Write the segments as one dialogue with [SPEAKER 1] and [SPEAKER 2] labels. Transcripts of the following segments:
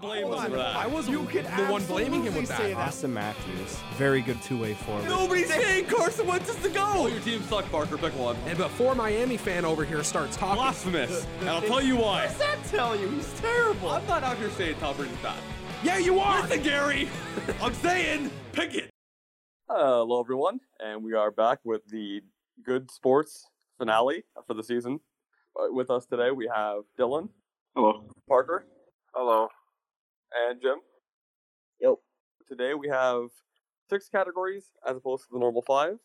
[SPEAKER 1] Oh
[SPEAKER 2] blame them for that.
[SPEAKER 3] I was uh, you could the one blaming him with that.
[SPEAKER 1] Austin Matthews, very good two-way forward.
[SPEAKER 2] Nobody's saying Carson Wentz is the goal. All your team suck, Parker. Pick one.
[SPEAKER 3] And before Miami fan over here starts talking,
[SPEAKER 2] Blasphemous. and I'll tell you why.
[SPEAKER 1] does that tell you? He's terrible.
[SPEAKER 2] I'm not out here saying Tom Brady's bad.
[SPEAKER 3] yeah, you are.
[SPEAKER 2] Listen, Gary. I'm saying pick it. Hello, everyone, and we are back with the Good Sports finale for the season. Uh, With us today, we have Dylan. Hello. Parker. Hello. And Jim.
[SPEAKER 4] Yo.
[SPEAKER 2] Today we have six categories as opposed to the normal five,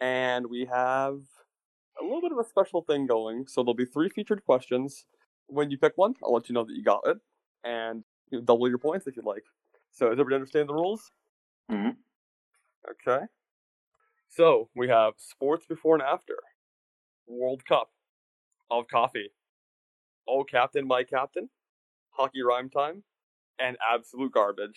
[SPEAKER 2] and we have a little bit of a special thing going. So there'll be three featured questions. When you pick one, I'll let you know that you got it, and you double your points if you'd like. So does everybody understand the rules?
[SPEAKER 4] Mhm.
[SPEAKER 2] Okay. So we have sports before and after, World Cup, of coffee, oh captain, my captain, hockey rhyme time, and absolute garbage.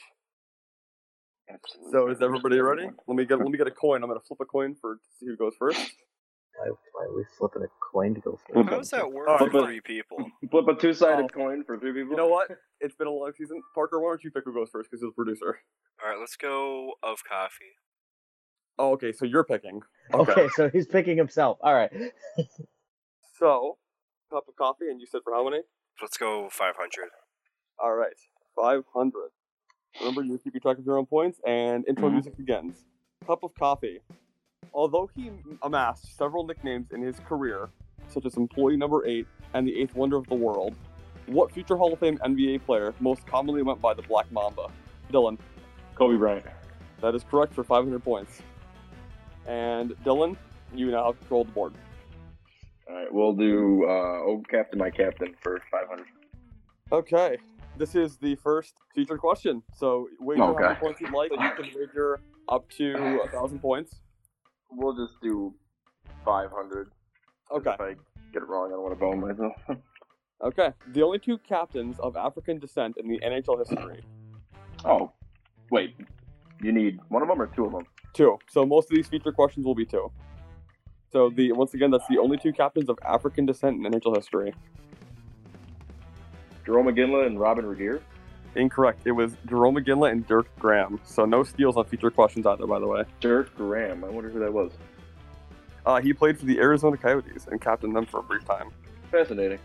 [SPEAKER 2] So is everybody ready? Let me get let me get a coin. I'm gonna flip a coin for to see who goes first.
[SPEAKER 4] Why, why are we flipping a coin to go first?
[SPEAKER 5] How does that work
[SPEAKER 2] All
[SPEAKER 5] for
[SPEAKER 2] right,
[SPEAKER 5] three people?
[SPEAKER 6] Flip a two-sided
[SPEAKER 2] Oh.
[SPEAKER 6] coin for three people.
[SPEAKER 2] You know what? It's been a long season. Parker, why don't you pick who goes first? Because you're the producer.
[SPEAKER 5] All right, let's go of coffee.
[SPEAKER 2] Oh, okay. So you're picking.
[SPEAKER 4] okay. so he's picking himself. All right.
[SPEAKER 2] So cup of coffee, and you said for how many?
[SPEAKER 5] Let's go 500.
[SPEAKER 2] All right, 500. Remember, you're keeping track of your own points, and intro
[SPEAKER 6] Mhm.
[SPEAKER 2] music begins. Cup of Coffee. Although he amassed several nicknames in his career, such as Employee Number 8 and the Eighth Wonder of the World, what future Hall of Fame NBA player most commonly went by the Black Mamba? Dylan,
[SPEAKER 6] Kobe Bryant.
[SPEAKER 2] that is correct for 500 points. And Dylan, you now have control of the board.
[SPEAKER 6] All right, we'll do uh, old captain, my captain for 500.
[SPEAKER 2] Okay. This is the first featured question. So wager how many
[SPEAKER 6] Okay.
[SPEAKER 2] points you'd like. You can wager up to a thousand points.
[SPEAKER 6] We'll just do 500.
[SPEAKER 2] Okay.
[SPEAKER 6] If I get it wrong, I don't want to bone myself.
[SPEAKER 2] Okay. The only two captains of African descent in the NHL history.
[SPEAKER 6] oh, wait. You need one of them or two of them?
[SPEAKER 2] Two. So most of these feature questions will be two. So the once again, that's the only two captains of African descent in NHL history.
[SPEAKER 6] Jerome McGinley and Robin Regier.
[SPEAKER 2] Incorrect. It was Jerome McGinley and Dirk Graham. So no steals on feature questions either, by the way.
[SPEAKER 6] Dirk Graham. I wonder who that was.
[SPEAKER 2] Uh, he played for the Arizona Coyotes and captained them for a brief time.
[SPEAKER 6] Fascinating.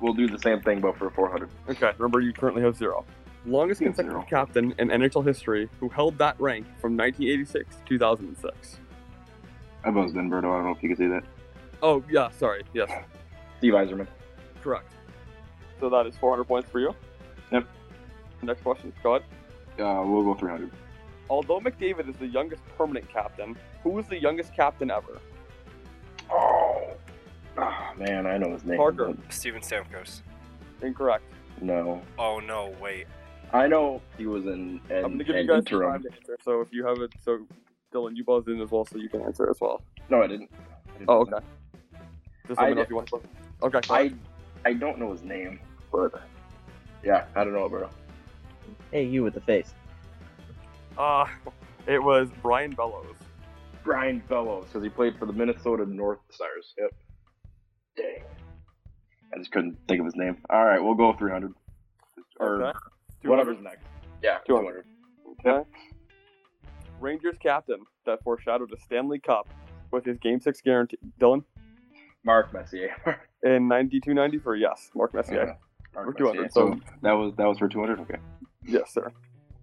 [SPEAKER 6] We'll do the same thing, but for 400.
[SPEAKER 2] Okay. Remember, you currently have zero. Longest
[SPEAKER 6] Yeah,
[SPEAKER 2] consecutive
[SPEAKER 6] zero.
[SPEAKER 2] captain in NHL history who held that rank from 1986 to 2006.
[SPEAKER 6] I've always been Berto. I don't know if you can see that.
[SPEAKER 2] Oh, yeah, sorry. Yes,
[SPEAKER 6] Steve Eiserman.
[SPEAKER 2] correct. So that is 400 points for you.
[SPEAKER 6] Yep.
[SPEAKER 2] Next question, go ahead.
[SPEAKER 6] Uh, we'll go 300.
[SPEAKER 2] Although McDavid is the youngest permanent captain, who is the youngest captain ever?
[SPEAKER 6] Oh. Ah, man, I know his name.
[SPEAKER 2] Parker.
[SPEAKER 5] Steven Stamkos.
[SPEAKER 2] Incorrect.
[SPEAKER 6] No.
[SPEAKER 5] Oh no, wait.
[SPEAKER 6] I know he was in an,
[SPEAKER 2] I'm going to give
[SPEAKER 6] an
[SPEAKER 2] you guys some time
[SPEAKER 6] interim.
[SPEAKER 2] to answer. So if you have it, so Dylan, you buzzed in as well, so you can answer as well.
[SPEAKER 6] No, I didn't. I didn't.
[SPEAKER 2] Oh, okay. Just let
[SPEAKER 6] I
[SPEAKER 2] me know
[SPEAKER 6] did-
[SPEAKER 2] if you want to. Okay, go ahead.
[SPEAKER 6] I I don't know his name, but yeah, I don't know, bro.
[SPEAKER 4] Hey, you with the face.
[SPEAKER 2] Uh, it was Brian Bellows.
[SPEAKER 6] Brian Bellows, because he played for the Minnesota North Stars. Yep. Dang. I just couldn't think of his name. All right, we'll go 300. Or
[SPEAKER 2] Okay.
[SPEAKER 6] whatever's next. Yeah,
[SPEAKER 2] 200.
[SPEAKER 6] 200.
[SPEAKER 2] Okay. Rangers captain that foreshadowed a Stanley Cup with his Game 6 guarantee. Dylan?
[SPEAKER 6] Mark Messier.
[SPEAKER 2] In 92 93, yes. Mark Messier.
[SPEAKER 6] Yeah, Mark
[SPEAKER 2] We're 200,
[SPEAKER 6] Messier.
[SPEAKER 2] so-
[SPEAKER 6] So that was that was for 200. Okay.
[SPEAKER 2] Yes, sir.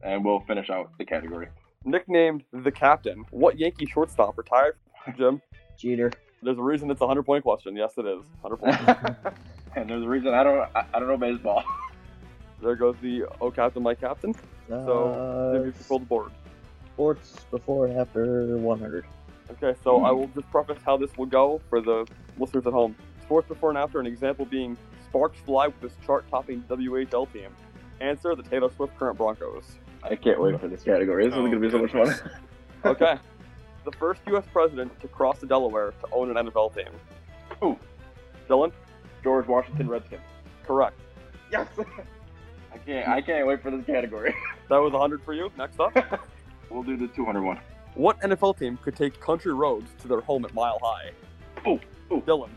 [SPEAKER 6] And we'll finish out the category.
[SPEAKER 2] Nicknamed the captain, what Yankee shortstop retired? Jim?
[SPEAKER 4] Jeter.
[SPEAKER 2] There's a reason it's a 100 point question. Yes, it is. 100 points.
[SPEAKER 6] and there's a reason I don't I, I don't know baseball.
[SPEAKER 2] there goes the oh captain, my captain. Jim, you
[SPEAKER 4] So,
[SPEAKER 2] control the board.
[SPEAKER 4] Uh, sports before and after 100.
[SPEAKER 2] Okay, so I will just preface how this will go for the listeners at home. Sports before and after, an example being Sparks fly with this chart topping WHL team. Answer the Taylor Swift current Broncos.
[SPEAKER 6] I can't wait for this category. This is
[SPEAKER 5] Oh,
[SPEAKER 6] going to be so much
[SPEAKER 5] goodness.
[SPEAKER 6] fun.
[SPEAKER 2] Okay. the first U.S. president to cross the Delaware to own an NFL team.
[SPEAKER 6] Who?
[SPEAKER 2] Dylan?
[SPEAKER 6] Oh, George Washington Redskins.
[SPEAKER 2] Correct.
[SPEAKER 6] Yes. I can't. I can't wait for this category.
[SPEAKER 2] That was 100 for you. Next up.
[SPEAKER 6] We'll do the 200 one.
[SPEAKER 2] what NFL team could take country roads to their home at Mile High?
[SPEAKER 6] Oh, oh.
[SPEAKER 2] Dylan.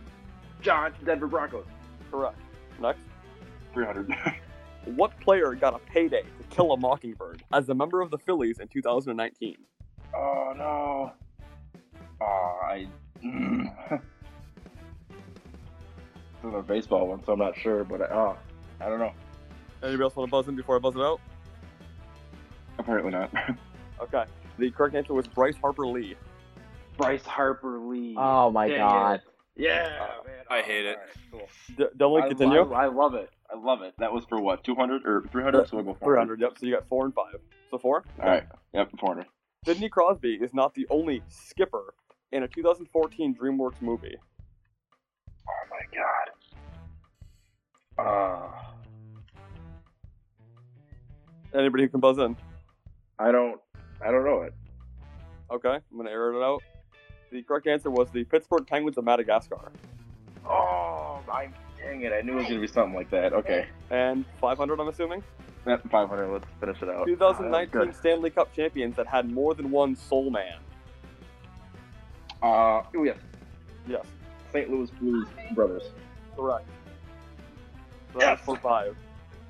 [SPEAKER 6] John Denver Broncos.
[SPEAKER 2] Correct. Next.
[SPEAKER 6] 300.
[SPEAKER 2] What player got a payday to kill a mockingbird as a member of the Phillies in 2019?
[SPEAKER 6] Oh no. Oh, I. mm. It's another baseball one, so I'm not sure, but I, oh, I don't know.
[SPEAKER 2] Anybody else want to buzz in before I buzz it out?
[SPEAKER 6] Apparently not.
[SPEAKER 2] Okay. The correct answer was Bryce Harper Lee.
[SPEAKER 6] Bryce Harper Lee.
[SPEAKER 2] Uh,
[SPEAKER 6] Uh,
[SPEAKER 4] Oh my
[SPEAKER 6] Dang it.
[SPEAKER 4] god.
[SPEAKER 6] yeah, man.
[SPEAKER 5] I hate it.
[SPEAKER 6] alright, cool.
[SPEAKER 2] D- Dylan,
[SPEAKER 6] I-
[SPEAKER 2] continue.
[SPEAKER 6] I, I love it. I love it. That was for what? 200 or 300? So we'll go 400.
[SPEAKER 2] 300, yep. So you got four and five. So four?
[SPEAKER 6] All right. Yep, 400.
[SPEAKER 2] Sidney Crosby is not the only skipper in a 2014 DreamWorks movie.
[SPEAKER 6] Oh my god. Uh,
[SPEAKER 2] Anybody who can buzz in.
[SPEAKER 6] I don't. I don't know it.
[SPEAKER 2] Okay, I'm going to air it out. The correct answer was the Pittsburgh Penguins of Madagascar.
[SPEAKER 6] Oh, I dang it! I knew it was gonna be something like that. Okay,
[SPEAKER 2] And 500, I'm assuming?
[SPEAKER 6] That 500. Let's finish it out. Uh,
[SPEAKER 2] 2019
[SPEAKER 6] good.
[SPEAKER 2] Stanley Cup champions that had more than one soul man.
[SPEAKER 6] Uh, oh yes,
[SPEAKER 2] Yes,
[SPEAKER 6] St. Louis Blues Brothers.
[SPEAKER 2] correct. So
[SPEAKER 6] Yes.
[SPEAKER 2] that's for five.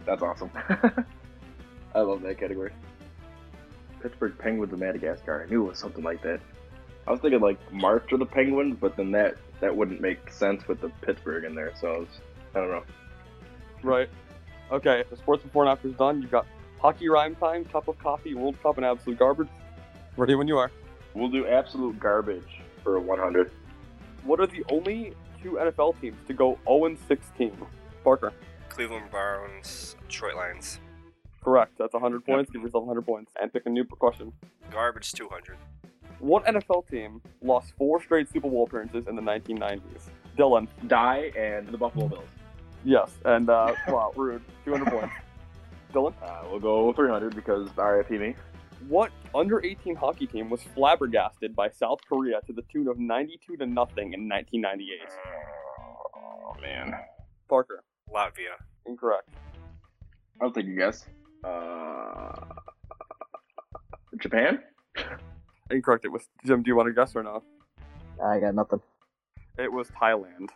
[SPEAKER 6] That's awesome. I love that category. Pittsburgh Penguins of Madagascar. I knew it was something like that. I was thinking like March of the Penguins, but then that that wouldn't make sense with the Pittsburgh in there. So I, was, I don't know.
[SPEAKER 2] Right. Okay, the sports before and after is done. You've got hockey rhyme time, cup of coffee, World Cup, and absolute garbage. Ready when you are.
[SPEAKER 6] We'll do absolute garbage for a 100.
[SPEAKER 2] What are the only two NFL teams to go 0 16? Parker.
[SPEAKER 5] Cleveland Browns, Detroit Lions.
[SPEAKER 2] Correct. That's 100 points. Give yourself 100 points. And pick a new question.
[SPEAKER 5] Garbage 200.
[SPEAKER 2] What NFL team lost four straight Super Bowl appearances in the 1990s? Dylan.
[SPEAKER 6] Die and the Buffalo Bills.
[SPEAKER 2] Yes. And, uh, wow, rude. 200 points. Dylan.
[SPEAKER 6] Uh, we'll go 300 because RIP me.
[SPEAKER 2] What under 18 hockey team was flabbergasted by South Korea to the tune of 92 to nothing in 1998?
[SPEAKER 6] Oh man,
[SPEAKER 2] Parker.
[SPEAKER 5] Latvia.
[SPEAKER 2] Incorrect.
[SPEAKER 6] I'll take a guess. Uh, Japan.
[SPEAKER 2] Incorrect. It was Jim. Do you want to guess or not?
[SPEAKER 4] I got nothing.
[SPEAKER 2] It was Thailand.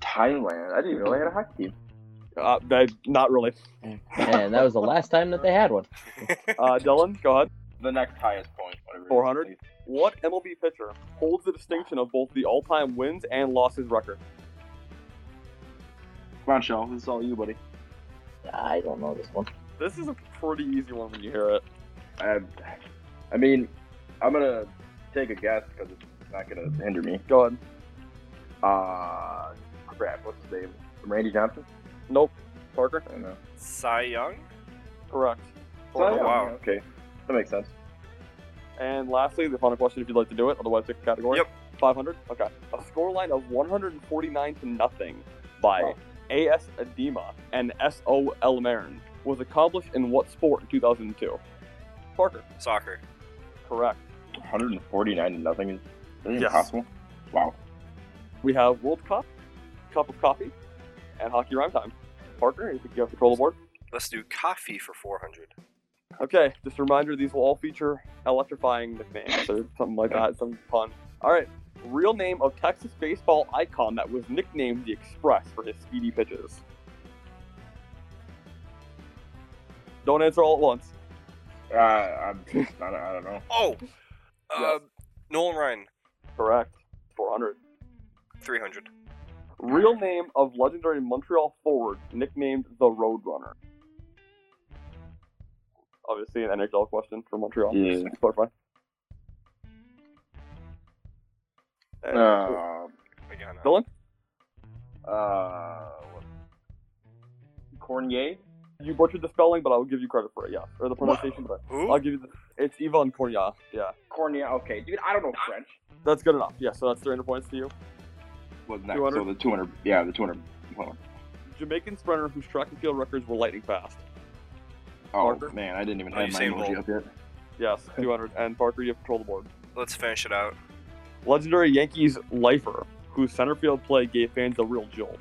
[SPEAKER 6] Thailand. I didn't even know they had a hockey team.
[SPEAKER 2] Uh, they- not really.
[SPEAKER 4] And that was the last time that they had one.
[SPEAKER 2] Uh, Dylan, go ahead.
[SPEAKER 6] The next highest point. whatever it is.
[SPEAKER 2] 400? What MLB pitcher holds the distinction of both the all-time wins and losses record?
[SPEAKER 6] Come on, Shell. This is all you, buddy.
[SPEAKER 4] I don't know this one.
[SPEAKER 2] This is a pretty easy one when you hear it.
[SPEAKER 6] I, I mean, I'm gonna take a guess because it's not gonna hinder me.
[SPEAKER 2] Go ahead.
[SPEAKER 6] Uh, crap. What's his name? Randy Johnson.
[SPEAKER 2] Nope. Parker.
[SPEAKER 6] I don't know.
[SPEAKER 5] Cy Young?
[SPEAKER 2] Correct.
[SPEAKER 5] Oh,
[SPEAKER 6] yeah,
[SPEAKER 5] wow.
[SPEAKER 6] Okay, that makes sense.
[SPEAKER 2] And lastly, the final question, if you'd like to do it, otherwise pick a category.
[SPEAKER 5] Yep.
[SPEAKER 2] 500. Okay. A scoreline of 149 to nothing by
[SPEAKER 6] Wow.
[SPEAKER 2] AS Adema and SO El Marin was accomplished in what sport in 2002? Parker.
[SPEAKER 5] Soccer.
[SPEAKER 2] Correct.
[SPEAKER 6] 149 to nothing is that
[SPEAKER 2] Yes.
[SPEAKER 6] impossible. Wow.
[SPEAKER 2] We have World Cup, Cup of Coffee, and Hockey Rhyme Time. Parker, you think you have control of the board?
[SPEAKER 5] Let's do coffee for 400.
[SPEAKER 2] Okay, just a reminder, these will all feature electrifying nicknames or something like that, some pun. All right, real name of Texas baseball icon that was nicknamed the Express for his speedy pitches. Don't answer all at once.
[SPEAKER 6] Uh, I'm, I, don't, I don't know.
[SPEAKER 5] Oh! Uh, Nolan Ryan.
[SPEAKER 2] Correct. 400.
[SPEAKER 5] 300.
[SPEAKER 2] Real name of legendary Montreal forward nicknamed the Roadrunner. Obviously, an NHL question for Montreal.
[SPEAKER 6] Yeah.
[SPEAKER 2] Just to clarify. Uh,
[SPEAKER 6] Uh,
[SPEAKER 5] Again, uh,
[SPEAKER 2] Dylan?
[SPEAKER 6] uh, what? Cornier?
[SPEAKER 2] You butchered the spelling, but I will give you credit for it, yeah. Or the pronunciation, but
[SPEAKER 5] Who?
[SPEAKER 2] I'll give you the. It's Yvonne Cornea, yeah.
[SPEAKER 6] Cornier, okay. Dude, I don't know French.
[SPEAKER 2] That's good enough. Yeah, so that's 300 points to you.
[SPEAKER 6] What's next?
[SPEAKER 2] 200?
[SPEAKER 6] So the 200, yeah, the 200. Well,
[SPEAKER 2] Jamaican sprinter whose track and field records were lightning fast.
[SPEAKER 6] oh,
[SPEAKER 2] Parker?
[SPEAKER 6] man, I didn't even
[SPEAKER 5] Oh,
[SPEAKER 6] have
[SPEAKER 5] you
[SPEAKER 6] my
[SPEAKER 5] say
[SPEAKER 6] emoji
[SPEAKER 5] roll.
[SPEAKER 6] up yet.
[SPEAKER 2] Yes, 200. And Parker, you have control of the board.
[SPEAKER 5] Let's finish it out.
[SPEAKER 2] Legendary Yankees lifer whose center field play gave fans a real jolt.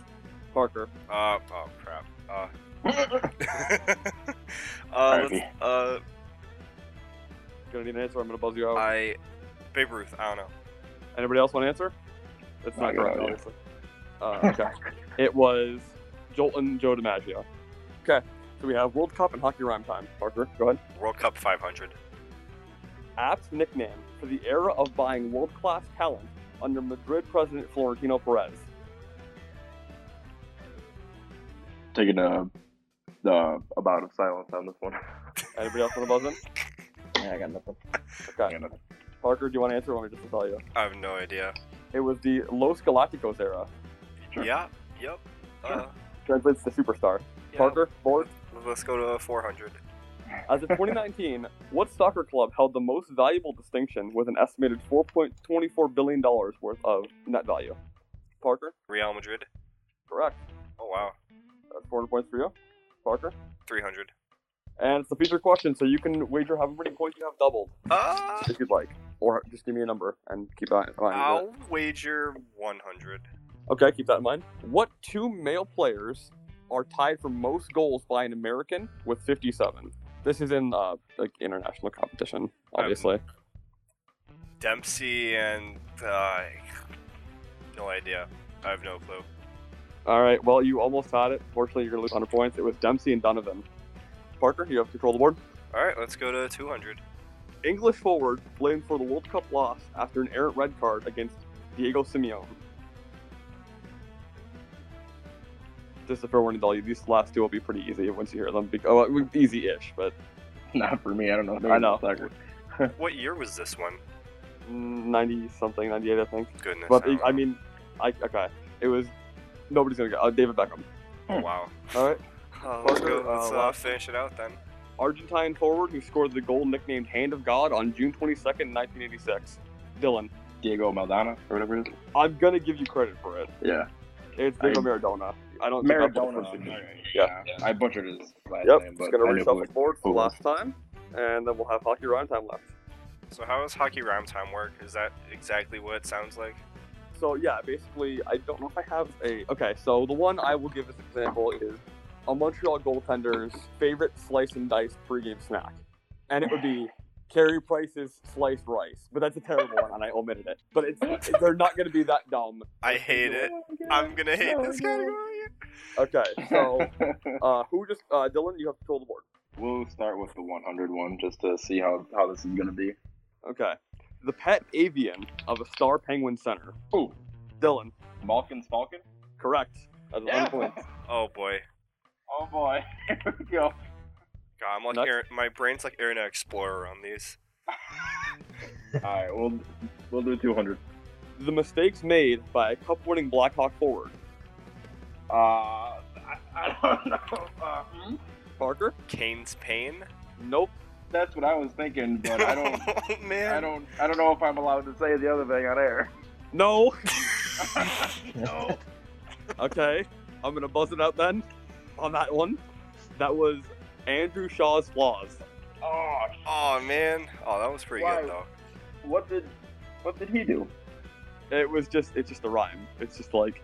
[SPEAKER 2] Parker,
[SPEAKER 5] Uh, oh, crap. Uh, uh, let's, uh,
[SPEAKER 2] gonna need an answer. I'm gonna buzz you out.
[SPEAKER 5] I. Babe Ruth, I don't know.
[SPEAKER 2] Anybody else want to answer? It's
[SPEAKER 6] I
[SPEAKER 2] not
[SPEAKER 6] got
[SPEAKER 2] correct,
[SPEAKER 6] it.
[SPEAKER 2] obviously. Uh, okay. it was Jolton Joe DiMaggio. Okay. So we have World Cup and Hockey Rhyme Time. Parker, go ahead.
[SPEAKER 5] World Cup 500.
[SPEAKER 2] Apt nickname for the era of buying world class talent under Madrid president Florentino Perez.
[SPEAKER 6] Taking a, uh, a bout of silence on this one.
[SPEAKER 2] Anybody else want to buzz in?
[SPEAKER 4] Yeah, I got nothing.
[SPEAKER 2] Okay. Parker, do you want to answer or want me just to tell you?
[SPEAKER 5] I have no idea.
[SPEAKER 2] It was the Los Galacticos era.
[SPEAKER 6] Sure.
[SPEAKER 5] Yeah. Yep. Uh,
[SPEAKER 2] Translates to superstar.
[SPEAKER 5] yeah.
[SPEAKER 2] Parker, board.
[SPEAKER 5] Let's go to 400.
[SPEAKER 2] As of 2019, what soccer club held the most valuable distinction with an estimated $4.24 billion worth of net value? Parker,
[SPEAKER 5] Real Madrid.
[SPEAKER 2] correct.
[SPEAKER 5] Oh wow.
[SPEAKER 2] That's 400 points for you. oh. Parker.
[SPEAKER 5] 300.
[SPEAKER 2] And it's a featured question, so you can wager how many points you have doubled
[SPEAKER 5] Uh,
[SPEAKER 2] if you'd like. Or just give me a number and keep that in mind.
[SPEAKER 5] I'll wager 100.
[SPEAKER 2] Okay, keep that in mind. What two male players are tied for most goals by an American with 57? This is in uh, like international competition, obviously.
[SPEAKER 5] Dempsey and uh, no idea. I have no clue.
[SPEAKER 2] All right. Well, you almost had it. Fortunately, you're going to lose 100 points. It was Dempsey and Donovan. Parker, you have control of the board.
[SPEAKER 5] All right, let's go to 200.
[SPEAKER 2] English forward blamed for the World Cup loss after an errant red card against Diego Simeone. Just a fair warning, Dolly. These last two will be pretty easy once you hear them. Be- oh, well, easy-ish, but
[SPEAKER 6] Not for me. I don't know.
[SPEAKER 2] I know.
[SPEAKER 6] Soccer.
[SPEAKER 5] What year was this one?
[SPEAKER 2] 90 something, 98, I think.
[SPEAKER 5] Goodness.
[SPEAKER 2] But
[SPEAKER 5] don't
[SPEAKER 2] I
[SPEAKER 5] know.
[SPEAKER 2] mean, I okay. It was nobody's gonna get uh, David Beckham.
[SPEAKER 5] Oh, wow.
[SPEAKER 2] All right,
[SPEAKER 5] Uh, let's go.
[SPEAKER 2] Parker, uh,
[SPEAKER 5] Let's uh,
[SPEAKER 2] last-
[SPEAKER 5] finish it out then.
[SPEAKER 2] Argentine forward who scored the goal nicknamed "Hand of God" on June 22nd, 1986. Dylan,
[SPEAKER 6] Diego Maldana or whatever it is.
[SPEAKER 2] I'm gonna give you credit for it.
[SPEAKER 6] Yeah.
[SPEAKER 2] It's
[SPEAKER 6] I-
[SPEAKER 2] Diego Maradona. I don't think I put the
[SPEAKER 6] Maradona.
[SPEAKER 2] first name.
[SPEAKER 6] Yeah. I butchered his last
[SPEAKER 2] Yep,
[SPEAKER 6] name,
[SPEAKER 2] it's
[SPEAKER 6] but
[SPEAKER 2] gonna
[SPEAKER 6] I knew who
[SPEAKER 2] reshuffle
[SPEAKER 6] it-
[SPEAKER 2] forward for
[SPEAKER 6] who
[SPEAKER 2] the
[SPEAKER 6] it
[SPEAKER 2] last time, and then we'll have hockey round time left.
[SPEAKER 5] So how does hockey rhyme time work? Is that exactly what it sounds like?
[SPEAKER 2] So yeah, basically, I don't know if I have a. Okay, so the one I will give as an example is a Montreal goaltender's favorite slice and dice pregame snack, and it would be Carey Price's sliced rice. But that's a terrible one, and I omitted it. But it's they're not going to be that dumb.
[SPEAKER 5] I hate it. I'm gonna hate this category.
[SPEAKER 2] Okay, so
[SPEAKER 6] was.
[SPEAKER 2] uh, who just uh, Dylan? You have control of the board.
[SPEAKER 6] we'll start with the 100 one just to see how, how this is going to be.
[SPEAKER 2] Okay, the pet avian of a star penguin center.
[SPEAKER 6] Ooh.
[SPEAKER 2] Dylan,
[SPEAKER 6] Malkin's Falcon?
[SPEAKER 2] correct. That's one point.
[SPEAKER 5] Oh boy.
[SPEAKER 6] Oh boy. Here we go.
[SPEAKER 5] God, I'm like
[SPEAKER 2] Nuts.
[SPEAKER 5] Aaron, my brain's like Internet Explorer on these.
[SPEAKER 6] Alright, we'll, we'll do 200.
[SPEAKER 2] The mistakes made by a cup-winning Blackhawk forward.
[SPEAKER 6] Uh, I, I don't know. Uh, hmm?
[SPEAKER 2] Parker,
[SPEAKER 5] Kane's pain.
[SPEAKER 2] nope.
[SPEAKER 6] that's what I was thinking, but I don't.
[SPEAKER 5] Oh, man.
[SPEAKER 6] I don't. I don't know if I'm allowed to say the other thing on air.
[SPEAKER 2] No.
[SPEAKER 6] no.
[SPEAKER 2] Okay. I'm gonna buzz it out then on that one. That was Andrew Shaw's flaws.
[SPEAKER 6] Oh,
[SPEAKER 5] Oh man. Oh, that was pretty
[SPEAKER 6] Why?
[SPEAKER 5] good though.
[SPEAKER 6] what did what did he do?
[SPEAKER 2] It was just it's just a rhyme. It's just like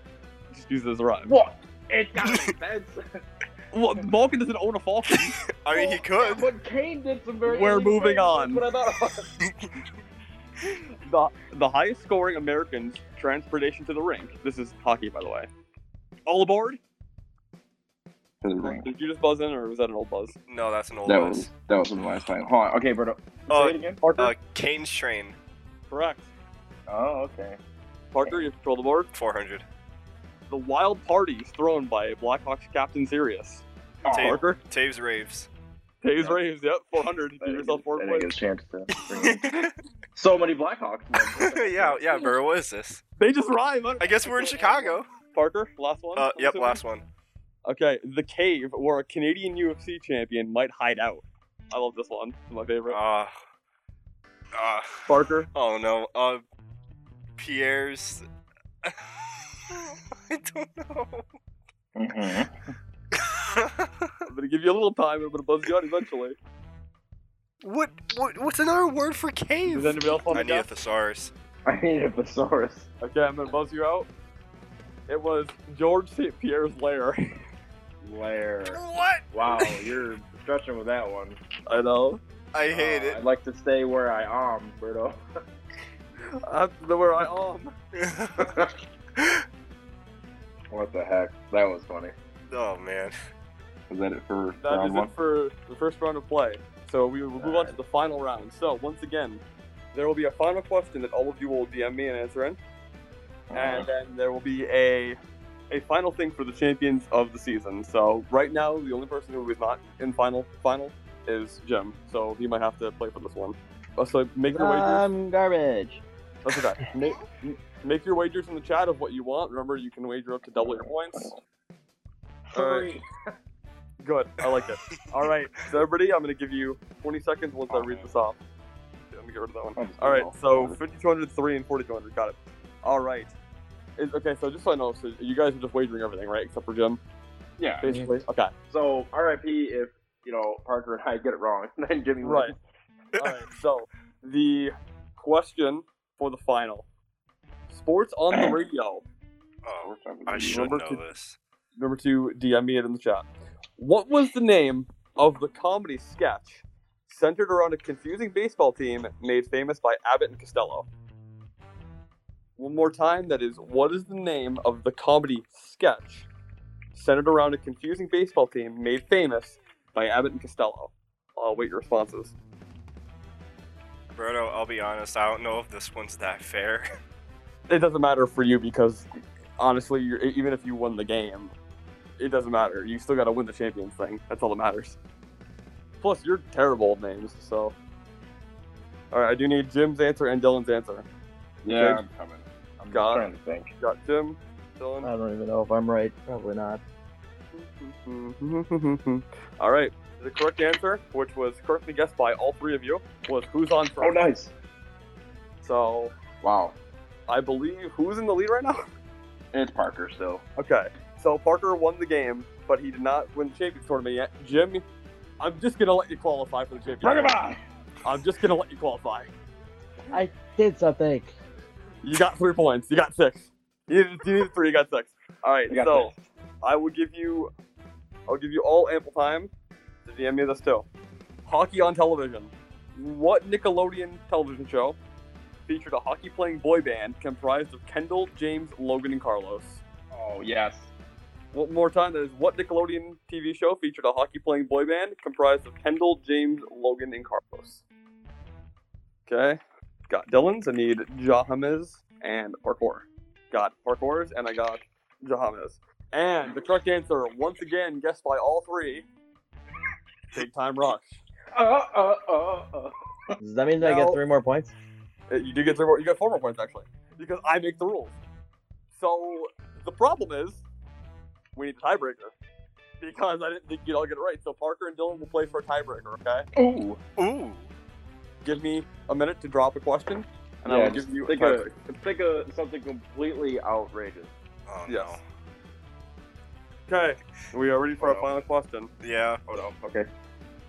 [SPEAKER 2] just use it as a rhyme.
[SPEAKER 6] What? It doesn't make sense.
[SPEAKER 2] Well, Malkin doesn't own a Falcon.
[SPEAKER 5] I mean, he could.
[SPEAKER 6] But Kane did some very.
[SPEAKER 2] We're
[SPEAKER 6] illegal
[SPEAKER 2] moving
[SPEAKER 6] things,
[SPEAKER 2] on.
[SPEAKER 6] That's what I thought.
[SPEAKER 2] the the highest scoring Americans transportation to the rink. This is hockey, by the way. All aboard? Did you just buzz in, or was that an old buzz?
[SPEAKER 5] No, that's an old
[SPEAKER 6] That
[SPEAKER 5] one.
[SPEAKER 6] was that was from the last time. Hold on. Okay, Berto.
[SPEAKER 5] Uh,
[SPEAKER 6] say it again.
[SPEAKER 2] Parker,
[SPEAKER 5] Uh, Kane's train.
[SPEAKER 2] correct.
[SPEAKER 6] Oh, okay.
[SPEAKER 2] Parker, you control the board.
[SPEAKER 5] 400.
[SPEAKER 2] The wild parties thrown by Blackhawks captain Sirius.
[SPEAKER 6] Oh,
[SPEAKER 5] Taves,
[SPEAKER 2] Parker,
[SPEAKER 5] Taves raves.
[SPEAKER 2] Taves
[SPEAKER 6] Yeah.
[SPEAKER 2] Raves. Yep, 400.
[SPEAKER 6] I
[SPEAKER 2] Give
[SPEAKER 6] didn't
[SPEAKER 2] yourself
[SPEAKER 6] get-
[SPEAKER 2] four
[SPEAKER 6] I didn't
[SPEAKER 2] points.
[SPEAKER 6] get a chance to. bring
[SPEAKER 5] yeah,
[SPEAKER 6] it. so many Blackhawks. man.
[SPEAKER 5] yeah, bro. What is this?
[SPEAKER 2] They just rhyme.
[SPEAKER 5] I guess we're in Chicago.
[SPEAKER 2] Parker, last one.
[SPEAKER 5] Uh,
[SPEAKER 2] I'm
[SPEAKER 5] yep,
[SPEAKER 2] assuming?
[SPEAKER 5] last one.
[SPEAKER 2] Okay, the cave where a Canadian UFC champion might hide out. I love this one. It's my favorite.
[SPEAKER 5] Uh, uh,
[SPEAKER 2] Parker,
[SPEAKER 5] oh no. Uh, Pierre's. I don't know.
[SPEAKER 6] Mhm.
[SPEAKER 2] I'm gonna give you a little time. I'm gonna buzz you out eventually.
[SPEAKER 5] what, what? What's another word for cave?
[SPEAKER 2] Does anybody else want
[SPEAKER 5] I
[SPEAKER 2] to
[SPEAKER 5] need a
[SPEAKER 2] guess?
[SPEAKER 5] thesaurus.
[SPEAKER 6] I need a thesaurus.
[SPEAKER 2] Okay, I'm gonna buzz you out. It was George St. Pierre's lair.
[SPEAKER 6] Blair.
[SPEAKER 5] What?
[SPEAKER 6] Wow, you're stretching with that one.
[SPEAKER 2] I know.
[SPEAKER 5] I hate
[SPEAKER 6] Uh, I'd like to stay where I am, Berto.
[SPEAKER 2] That's the where I oh, am.
[SPEAKER 5] it.
[SPEAKER 6] what the heck? That was funny.
[SPEAKER 5] oh man.
[SPEAKER 6] Is that it for
[SPEAKER 2] That
[SPEAKER 6] round
[SPEAKER 2] is
[SPEAKER 6] one?
[SPEAKER 2] it for the first round of play. So we will move on to the final round. So once again, there will be a final question that all of you will DM me and answer in, and then there will be a a final thing for the champions of the season. So right now, the only person who is not in final final is Jim. So he might have to play for this one. Uh, So make your wagers.
[SPEAKER 4] I'm garbage.
[SPEAKER 2] That's okay. Make, make your wagers in the chat of what you want. Remember, you can wager up to double your points. All right. Good. I like it. All right. So, everybody, I'm going to give you 20 seconds once I read this off. Let me get rid of that one.
[SPEAKER 6] I'll just
[SPEAKER 2] All right.
[SPEAKER 6] leave it
[SPEAKER 2] So,
[SPEAKER 6] off.
[SPEAKER 2] 5200, 3, and 4200. Got it. All right. Is- okay. So, just so I know, so you guys are just wagering everything, right? Except for Jim,
[SPEAKER 6] yeah.
[SPEAKER 2] basically. Okay.
[SPEAKER 6] So RIP if you know Parker and I get it wrong, and then Jimmy
[SPEAKER 2] Right.
[SPEAKER 6] wins.
[SPEAKER 2] All right. So, the question for the final Sports on the radio.
[SPEAKER 5] Oh,
[SPEAKER 6] I
[SPEAKER 5] I should
[SPEAKER 2] Robert,
[SPEAKER 5] know
[SPEAKER 2] could-
[SPEAKER 5] this.
[SPEAKER 2] Number two, DM me it in the chat. What was the name of the comedy sketch centered around a confusing baseball team made famous by Abbott and Costello? One more time, that is, what is the name of the comedy sketch centered around a confusing baseball team made famous by Abbott and Costello? I'll wait your responses.
[SPEAKER 5] Roberto, I'll be honest, I don't know if this one's that fair.
[SPEAKER 2] It doesn't matter for you because honestly, you're, e, even if you won the game, it doesn't matter. You still got to win the champions thing. That's all that matters. Plus, you're terrible at names, so. All right, I do need Jim's answer and Dylan's answer.
[SPEAKER 6] Yeah,
[SPEAKER 2] Okay.
[SPEAKER 6] I'm coming. I'm
[SPEAKER 2] Got
[SPEAKER 6] trying to think.
[SPEAKER 2] Got Jim, Dylan.
[SPEAKER 4] I don't even know if I'm right. Probably not.
[SPEAKER 2] all right, the correct answer, which was correctly guessed by all three of you, was who's on
[SPEAKER 6] Oh,
[SPEAKER 2] first.
[SPEAKER 6] nice.
[SPEAKER 2] So
[SPEAKER 6] Wow.
[SPEAKER 2] I believe who's in the lead right now.
[SPEAKER 6] It's Parker still.
[SPEAKER 2] Okay. So Parker won the game, but he did not win the championship tournament yet. Jim, I'm just gonna let you qualify for the championship.
[SPEAKER 6] Bring him on.
[SPEAKER 2] I'm just gonna let you qualify.
[SPEAKER 4] Did something.
[SPEAKER 2] You got three points. You got six. You needed, you needed three. You got six. All right.
[SPEAKER 6] You got
[SPEAKER 2] so I will give you, I'll give you all ample time to DM me this too. Hockey on television. What Nickelodeon television show featured a hockey-playing boy band comprised of Kendall, James, Logan, and Carlos?
[SPEAKER 6] Oh yes.
[SPEAKER 2] One more time, that is what Nickelodeon TV show featured a hockey playing boy band comprised of Kendall, James, Logan, and Carlos? Okay. Got Dylan's. I need Jahamez and Parkour. Got Parkour's, and I got Jahamez. And the correct answer, once again, guessed by all three Big Time Rush.
[SPEAKER 6] Uh uh uh. uh.
[SPEAKER 4] Does that mean that I
[SPEAKER 2] No.
[SPEAKER 4] get three more points?
[SPEAKER 2] Uh, You do get three more. You got four more points actually, because I make the rules. So the problem is, we need a tiebreaker because I didn't think you'd all get it right. So Parker and Dylan will play for a tiebreaker. Okay,
[SPEAKER 6] Ooh.
[SPEAKER 5] Ooh.
[SPEAKER 2] give me a minute to drop a question, and I
[SPEAKER 6] Yeah,
[SPEAKER 2] will
[SPEAKER 6] just
[SPEAKER 2] give you a
[SPEAKER 6] think of
[SPEAKER 2] tiebreaker.
[SPEAKER 6] think of something completely outrageous.
[SPEAKER 5] Oh,
[SPEAKER 2] Yes. Okay, we are ready for our final question.
[SPEAKER 5] no. Yeah.
[SPEAKER 6] Hold on. Okay.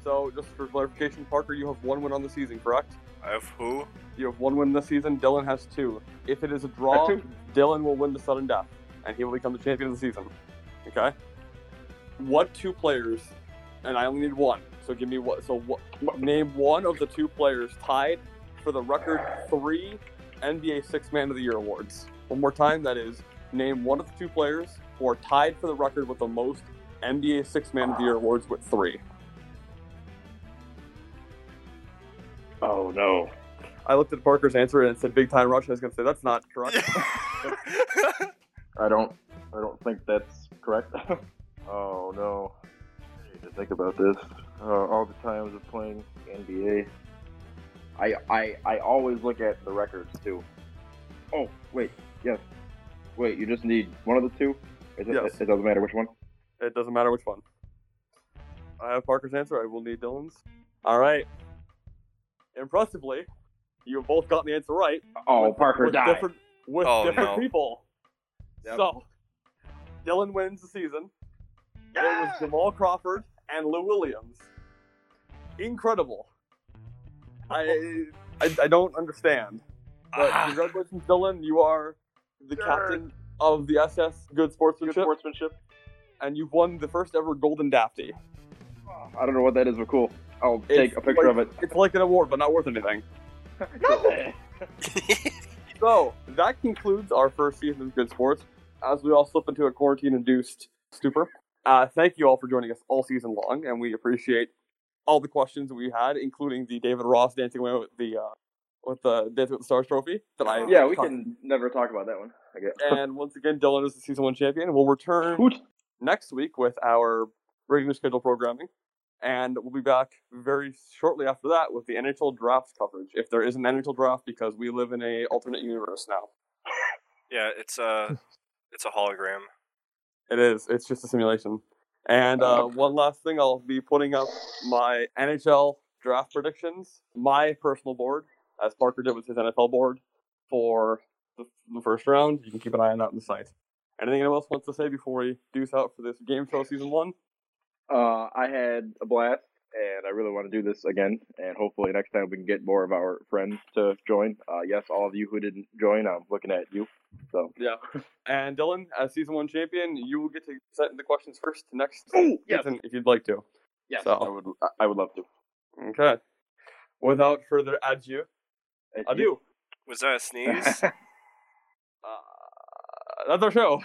[SPEAKER 2] So just for clarification, Parker, you have one win on the season, correct?
[SPEAKER 5] I have who?
[SPEAKER 2] You have one win this season. Dylan has two. If it is a draw,
[SPEAKER 6] That's two.
[SPEAKER 2] Dylan will win the sudden death, and he will become the champion of the season. Okay. What two players? And I only need one. So give me what? So what? Name one of the two players tied for the record three NBA Six Man of the Year awards. One more time. That is name one of the two players who are tied for the record with the most NBA Six Man of the Year awards with three.
[SPEAKER 6] Oh no.
[SPEAKER 2] I looked at Parker's answer and it said Big Time Rush. And I was gonna say that's not correct.
[SPEAKER 6] I don't. I don't think that's correct. oh no. I need to think about this. Uh, all the times of playing NBA. I I I always look at the records too. Oh wait, yes. Wait, you just need one of the two. It, it-
[SPEAKER 2] Yes.
[SPEAKER 6] it doesn't matter which one.
[SPEAKER 2] It doesn't matter which one. I have Parker's answer. I will need Dylan's. All right. Impressively, you have both gotten the answer right.
[SPEAKER 6] Oh,
[SPEAKER 2] with-
[SPEAKER 6] Parker
[SPEAKER 2] with
[SPEAKER 6] died.
[SPEAKER 2] Different, with
[SPEAKER 5] Oh,
[SPEAKER 2] different
[SPEAKER 5] no.
[SPEAKER 2] people.
[SPEAKER 6] Yep.
[SPEAKER 2] So, Dylan wins the season. It was Jamal Crawford and Lou Williams. Incredible. I I, I don't understand. But
[SPEAKER 5] Ah.
[SPEAKER 2] congratulations, Dylan. You are the
[SPEAKER 6] Sure.
[SPEAKER 2] captain of the SS Good Sportsmanship,
[SPEAKER 6] sportsmanship.
[SPEAKER 2] and you've won the first ever Golden Dafty.
[SPEAKER 6] I don't know what that is, but cool. I'll
[SPEAKER 2] It's
[SPEAKER 6] take a picture
[SPEAKER 2] like-
[SPEAKER 6] of it.
[SPEAKER 2] It's like an award, but not worth anything. So that concludes our first season of Good Sports. As we all slip into a quarantine-induced stupor, Uh, thank you all for joining us all season long, and we appreciate all the questions we had, including the David Ross dancing away with the uh, with the Dancing with the Stars trophy. That I
[SPEAKER 6] Yeah, we can never talk about that one. I guess.
[SPEAKER 2] And once again, Dylan is the season one champion. We'll return
[SPEAKER 6] Hoot.
[SPEAKER 2] next week with our regular scheduled programming, and we'll be back very shortly after that with the NHL draft coverage, if there is an NHL draft, because we live in a alternate universe now.
[SPEAKER 5] Yeah, it's a it's a hologram.
[SPEAKER 2] It is. It's just a simulation. And uh, one last thing, I'll be putting up my NHL draft predictions, my personal board, as Parker did with his NFL board for the, the first round. You can keep an eye on that on the site. Anything anyone else wants to say before we deuce out for this game show season one?
[SPEAKER 6] Uh, I had a blast, and I really want to do this again. And hopefully next time we can get more of our friends to join. Uh, yes, all of you who didn't join, I'm looking at you. So.
[SPEAKER 2] Yeah. And Dylan, as season one champion, you will get to set the questions first next
[SPEAKER 6] Oh
[SPEAKER 2] season if you'd like to.
[SPEAKER 6] yes.
[SPEAKER 2] So-
[SPEAKER 6] I would. I- I would love to.
[SPEAKER 2] Okay. Without further ado,
[SPEAKER 6] If you-
[SPEAKER 2] adieu.
[SPEAKER 5] Was that a sneeze?
[SPEAKER 2] Uh, that's our show.